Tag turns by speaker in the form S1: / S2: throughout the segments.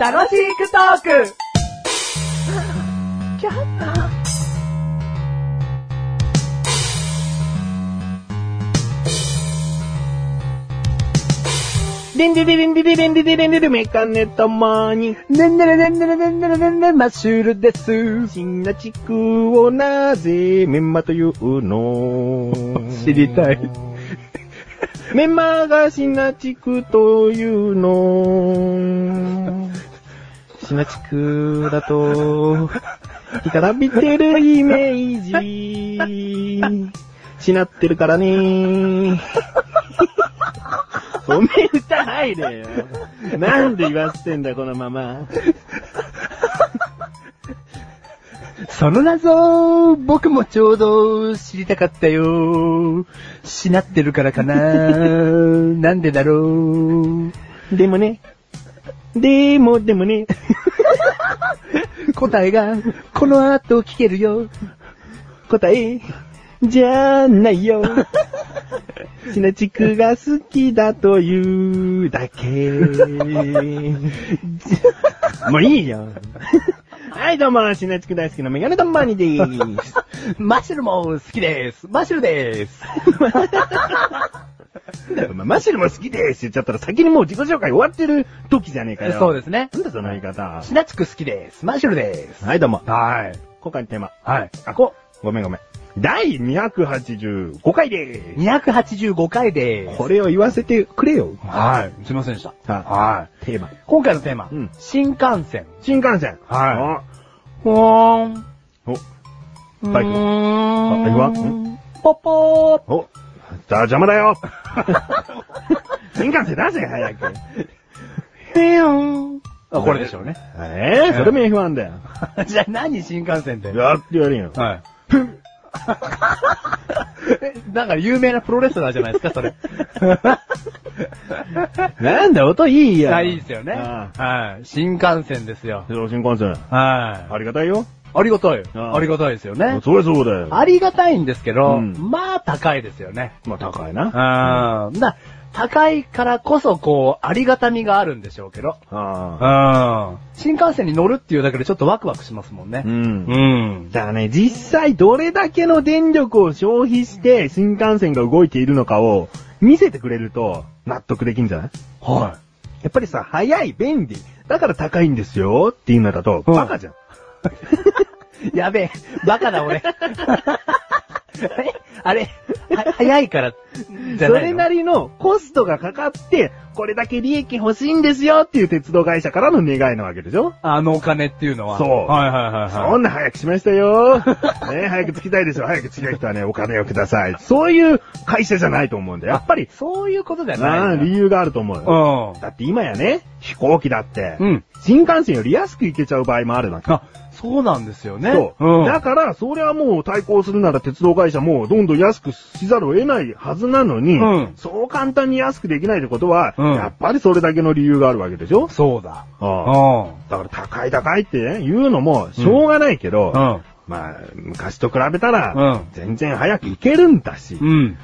S1: 楽しくトーク
S2: でんでででんでででんでででんででメカネたまに、
S1: ねんねれねんねれねんねれねんねマッシュルです。
S2: 新な地区をなぜメンマというの
S1: 知りたい。
S2: メンマが新な地区というの。新な地区だと、干からびてるイメージ。しなってるからね。 おめえ歌入れよ。なんで言わせてんだよ、このまま。
S1: その謎、僕もちょうど知りたかったよ。しなってるからか な。なんでだろ
S2: でもね。でも、でもね。
S1: う。 答えが、この後聞けるよ。
S2: 答え、じゃないよ。シナチクが好きだというだけ。もういいよ。はい、どうも、シナチク大好きなメガネタンマーニでーす。
S1: マッシュルも好きです。マッシュルです。
S2: マシルも好きです言っちゃったら先にもう自己紹介終わってる時じゃねえかよ。
S1: そう
S2: で
S1: ですね。
S2: なんだその言い方。
S1: しなつく好きです。マッシュルです。
S2: はい、どうも。
S1: はい。
S2: 今回のテーマ。
S1: はい。
S2: あ、こ、ごめんごめん。第285回でーす。
S1: 285回です。
S2: これを言わせてくれよ。
S1: はい。すいませんでした。
S2: はい
S1: はい。
S2: テーマ。
S1: 今回のテーマ、
S2: うん
S1: 新幹線。
S2: 新幹線。。
S1: はいほーん。
S2: お、バイク。バイクはん
S1: ポポー
S2: お、さあ邪魔だよ。 新幹線出せ、早く。
S1: ペヨン。あ、これでしょうね。
S2: ええそれも F1 だよ。
S1: じゃあ何新幹線って。
S2: やってやるよ。
S1: はい。 えなんか有名なプロレスラーじゃないですか、それ。
S2: なんだ、音いいや。
S1: あいいですよね。
S2: あ
S1: はい。新幹線ですよ
S2: あ。新幹線。
S1: は
S2: ありがたいよ。
S1: い。ありがたい。
S2: あ
S1: ありがたいですよね。
S2: そりゃそうだよ。
S1: ありがたいんですけど、
S2: うん
S1: まあ高いですよね。
S2: まあ、高いな。
S1: うん。だ高いからこそ、こう、ありがたみがあるんでしょうけど。
S2: ああ。
S1: うん。新幹線に乗るっていうだけでちょっとワクワクしますもんね
S2: う。ん。
S1: ん。
S2: だからね、実際どれだけの電力を消費して新幹線が動いているのかを見せてくれると納得できんじゃない
S1: は
S2: やっぱりさ、早い、便利、だから高いんですよっていうのだと、
S1: うん
S2: バカじゃん。
S1: い。やべえ、バカだ俺。 あれ、は早いから、じゃ
S2: そ
S1: ないの
S2: れなりのコストがかかって、これだけ利益欲しいんですよっていう鉄道会社からの願いなわけでしょ
S1: あのお金っていうのは。
S2: そう
S1: はいはいはい、はい。
S2: そんな早くしましたよ。ね、 早く着きたいでしょ。早く着きたい人はね、お金をください。そういう会社じゃないと思うんだよ。やっぱり、
S1: そういうことじゃ
S2: あ
S1: な
S2: あ
S1: いんだ
S2: 理由があると思うよ。
S1: う
S2: だって今やね、飛行機だって、
S1: ん。うん。
S2: 新幹線より安く行けちゃう場合もあるわけ。
S1: あ、そうなんですよね。
S2: そう。
S1: うん。
S2: だから、それはもう対抗するなら鉄道会社もどんどん安くしざるを得ないはずなのに、
S1: うん
S2: そう簡単に安くできないってことは、
S1: うん
S2: やっぱりそれだけの理由があるわけでしょ
S1: そうだ。う
S2: ああ
S1: ん。
S2: だから高い高いってね言うのもしょうがないけど、
S1: うん。
S2: まあ、昔と比べた
S1: う
S2: ら
S1: ん、
S2: 全然早く行けるんだし、
S1: うん。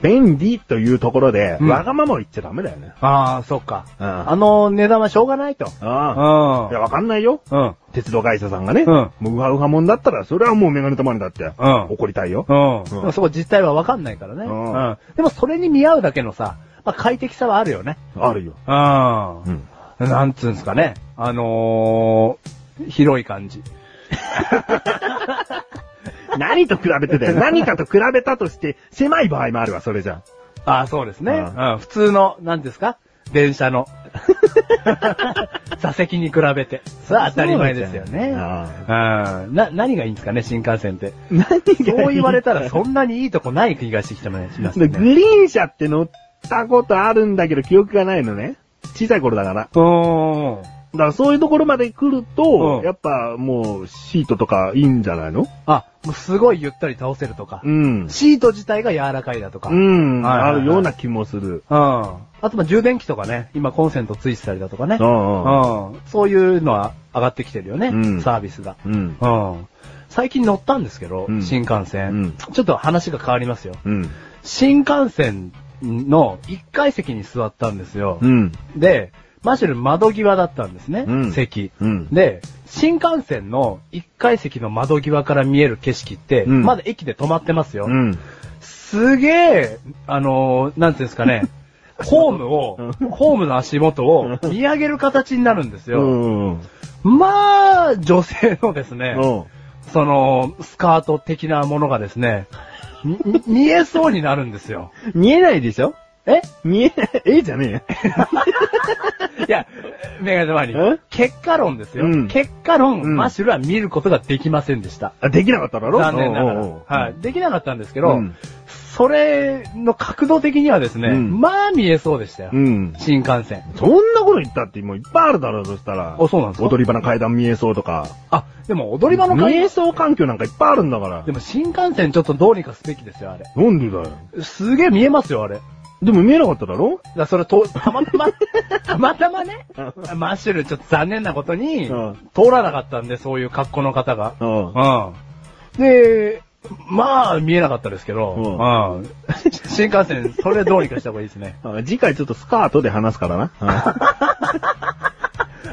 S2: 便利というところで、
S1: うん
S2: わがままを言っちゃダメだよね。
S1: ああ、そっか。
S2: うん
S1: あの値段はしょうがないと。
S2: ああ
S1: うん
S2: いや、わかんないよ。
S1: うん。
S2: 鉄道会社さんがね、
S1: うん
S2: もうウハウハもんだったら、それはもうメガネたまにだって、
S1: うん
S2: 怒りたいよ。
S1: うん。
S2: ん
S1: でもそこ実態はわかんないからね。
S2: うん
S1: うん。でもそれに見合うだけのさ、まあ、快適さはあるよね。
S2: あるよ。
S1: う
S2: うん。
S1: ん。なんつうんですかね。あのー、広い感じ。
S2: 何と比べてだよ。 何かと比べたとして、狭い場合もあるわ、それじゃ。
S1: ああ、そうですね。
S2: う
S1: うん。普通の、なんですか電車 の。座席に比べて。それは当たり前ですよね。うん。
S2: あ
S1: な、 何がいいんですかね、新幹線って。
S2: 何が
S1: そう言われたらそ
S2: ん
S1: んなにいいとこない気がしてきたのね。
S2: でグリーン車って乗ったことあるんだけど、記憶がないのね。小さい頃だから。だ
S1: うん。
S2: からそういうところまで来ると、
S1: うん
S2: やっぱもうシートとかいいんじゃないの
S1: あ、もうすごいゆったり倒せるとか。
S2: うん。
S1: シート自体が柔らかいだとか。
S2: う
S1: う
S2: ん、
S1: ん。はいはいはい
S2: あるような気もする。
S1: あと、まあ、充電器とかね。今、コンセントついてたりだとかね
S2: う。んうん
S1: うん。そういうのは上がってきてるよね。
S2: うん
S1: サービスが。
S2: うん。
S1: うん。最近乗ったんですけど、
S2: うん
S1: 新幹線、
S2: うん
S1: ちょっと話が変わりますよ。
S2: うん。
S1: 新幹線の1階席に座ったんですよ。
S2: ん。
S1: で、マシュル窓際だったんですね、
S2: うん
S1: 席。
S2: うん。
S1: で、新幹線の1階席の窓際から見える景色って、
S2: うん
S1: まだ駅で止まってますよ。
S2: うん。
S1: すげえ、あのーなんていうんです かね、ホームを、ホームの足元を見上げる形になるんです
S2: う
S1: よ。
S2: ん。
S1: まあ、女性のですね、
S2: うん。
S1: その、スカート的なものがですね、みみ見えそうになるんですよ。
S2: 見えないでしょ
S1: え
S2: 見えない、ええじゃねえよ。
S1: いや、メガネ玉に
S2: え。
S1: 結果論ですよ。
S2: うん
S1: 結果論、
S2: うん
S1: マシュルは見ることができませんでした。
S2: あ、できなかっただろ
S1: 残念なが
S2: う
S1: ら。
S2: んうんうん
S1: はい。できなかったんですけど、
S2: うん
S1: それの角度的にはですね、
S2: うん
S1: まあ見えそうでしたよ。
S2: うん。
S1: 新幹線。
S2: そんなこと言ったってもういっぱいあるだろう、そしたら。
S1: あそうなんですか
S2: 踊り場の階段見えそうとか。
S1: あ、でも踊り場の
S2: 見
S1: 階
S2: えそう環境なんかいっぱいあるんだから
S1: で。も新幹線ちょっとどうにかすべきですよ、あれ。
S2: なんでだよ。
S1: すげえ見えますよ、あれ。だか
S2: でも見えなかっただろ
S1: らそれと、たま たま、たまたまね、マッシュルちょっと残念なことに
S2: うん、
S1: 通らなかったんで、そういう格好の方が。
S2: うん。
S1: うん。で、まあ、見えなかったですけど、
S2: うん
S1: うん。新幹線、それどうにかした方がいいですね。
S2: あ次回ちょっとスカートで話すからな。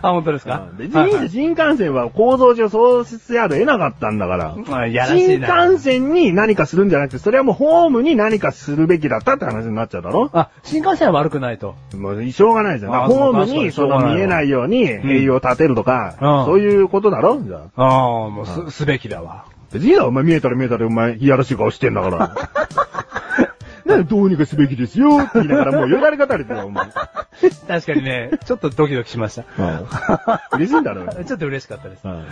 S1: あ、本当です
S2: あ
S1: か
S2: 別にいいでしょ新幹線は構造上そうせやる得なかったんだから。
S1: まあ、やらしい
S2: 新
S1: な。
S2: 幹線に何かするんじゃなくて、それはもうホームに何かするべきだったって話になっちゃうだろ
S1: あ、新幹線は悪くないと。
S2: もうしょうがないじゃん。
S1: あ
S2: ホーム
S1: そうか
S2: に
S1: そ
S2: そう
S1: か
S2: の見えないように栄養を立てるとか、
S1: うん
S2: そういうことだろじゃあ。
S1: ああ、もうす、すべきだわ。
S2: 別にいいだろ、お前見えたら見えたらお前、いやらしい顔してんだから。 なんでどうにかすべきですよって言いながらもうよだれが垂れてるよ、お前。
S1: 確かにね、ちょっとドキドキしました。
S2: 嬉しいんだろ。
S1: ちょっと嬉しかったです。
S2: うん
S1: はい。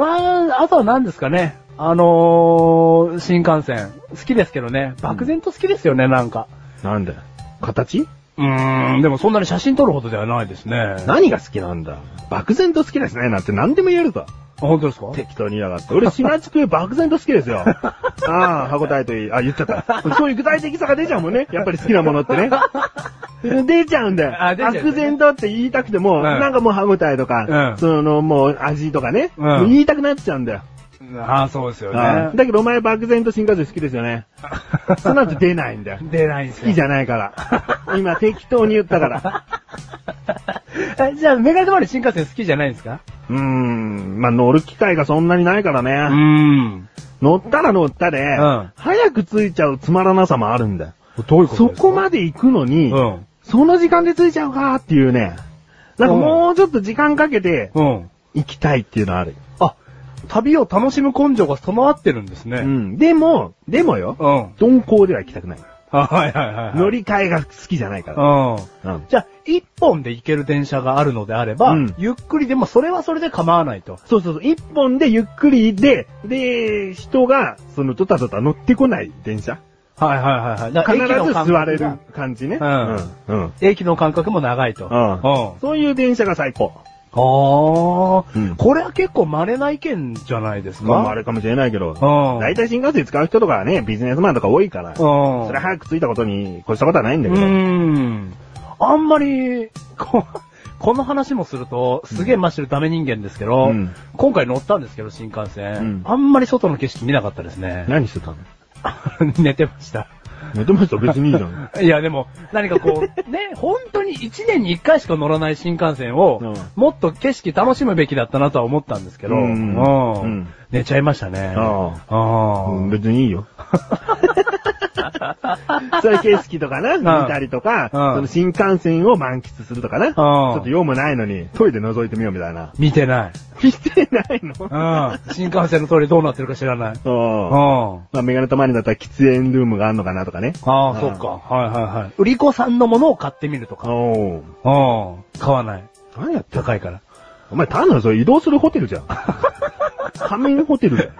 S1: まあ、あとは何ですかね。あのー、新幹線。好きですけどね。漠然と好きですよね、なんか。
S2: なんだよ。形
S1: うーん、でもそんなに写真撮るほどではないですね。
S2: 何が好きなんだ漠然と好きですね、なんて何でも言えるぞ。
S1: あ本当ですか
S2: 適当に言いやがって。俺、品地区漠然と好きです よ。ああ、歯応えといい。あ、言っちゃった。そういう具体的さが出ちゃうもんね。やっぱり好きなものってね。出ちゃうんだよ。
S1: あ出ちゃうね
S2: 漠然とって言いたくても、
S1: うん
S2: なんかもう歯応えとか、
S1: うん
S2: そのもう味とかね、
S1: うん
S2: もう言いたくなっちゃうんだよ。
S1: ああ、そうですよ
S2: ああ
S1: ね。
S2: だけどお前漠然と新幹線好きですよね。その後出ないんだよ。
S1: 出ないんです
S2: 好きじ
S1: ゃ
S2: ゃないから。今適当に言った から。
S1: ん。じゃあ、メガネまで新幹線好きじゃないんですか
S2: うーん。まあ、乗る機会がそんなにないからね。
S1: うーん。
S2: 乗ったら乗ったで、
S1: ん
S2: 早く着いちゃうつまらなさもあるんだよ。
S1: どういう
S2: そこまで行くのに、
S1: うん。
S2: その時間で着いちゃうかっていうね。なんかもうちょっと時間かけて
S1: うん。
S2: 行きたいっていうのはある。
S1: あ、旅を楽しむ根性が備わってるんです
S2: う
S1: ね。
S2: ん。でも、でもよ、
S1: うん。
S2: 鈍行では行きたくない。
S1: はいはいはいはい。
S2: 乗り換えが好きじゃないから。
S1: うん。
S2: うん。
S1: じゃあ、一本で行ける電車があるのであれば、
S2: うん
S1: ゆっくりでもそれはそれで構わないと。
S2: そうそうそう、一本でゆっくりで、で、人が、その、ドタドタ乗ってこない電車。
S1: はいはいはいはい。だか
S2: 必
S1: ら駅の
S2: ず
S1: 間
S2: 座れる
S1: 隔が
S2: 感じね。
S1: うん
S2: うん。うん。
S1: 駅の間隔も長いと。
S2: うん
S1: うん。
S2: そういう電車が最高。
S1: あー、
S2: うん
S1: これは結構稀な意見じゃないですか。
S2: まあ、あれかもしれないけど。
S1: うん。
S2: 大体新幹線使う人とかはね、ビジネスマンとか多いから、そ
S1: うん。
S2: れ早く着いたことに越したことはないんだ
S1: う
S2: けど。
S1: ん。あんまり、こ、 この話もすると、すげえマッシュルダメ人間ですけど、
S2: うん
S1: 今回乗ったんですけど、新幹線、
S2: うん
S1: あんまり外の景色見なかったですね。
S2: 何してたの
S1: 寝てました。
S2: 寝てました別にいいじゃ ん。
S1: いや、でも、何か こう、ね、本当に1年に1回しか乗らない新幹線を、
S2: うん
S1: もっと景色楽しむべきだったなとは思ったんですけど、
S2: うん
S1: うん
S2: うん
S1: 寝ちゃいましたね。
S2: あ
S1: あー
S2: うん別にいいよ。 そういう景色とかな、見たりとか、
S1: うん
S2: その新幹線を満喫するとかな、ちょっと
S1: うん
S2: 用もないのに、トイレ覗いてみようみたい な。
S1: 見てない。
S2: 見てないの
S1: うん。新幹線の通りどうなってるか知らない。うん。
S2: そう。
S1: あ
S2: まあ、メガネたまにだったら喫煙ルームがあんのかなとかね。
S1: あ
S2: う
S1: ー、
S2: ん
S1: そっか。はいはいはい。売り子さんのものを買ってみるとか。
S2: おー。
S1: うん。買わない。
S2: 何やってんの
S1: 高いから。
S2: お前単なるそれ移動するホテルじ ゃん。仮面ホテルだよ。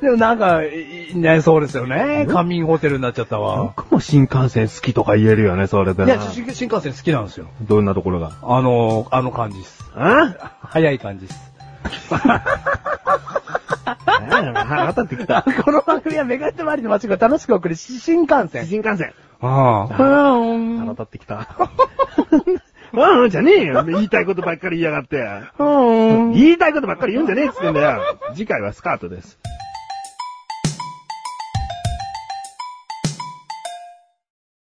S1: でもなんか、いね、そうですよね。仮眠ホテルになっちゃったわ。
S2: 僕も新幹線好きとか言えるよね、それで
S1: い
S2: な
S1: や、新新幹線好きなんですよ。
S2: どんなところが。
S1: あの、あの感じです。
S2: あ
S1: 早い感じです。
S2: 腹立ってき た。
S1: この番組はメガネとマリの街が楽しく送る新幹線。
S2: 新幹線。
S1: ああ。
S2: 腹立ってきた。 うん、じゃねえよ。言いたいことばっかり言いやがって。言いたいことばっかり言うんじゃねえっつってんだよ。次回はスカートです。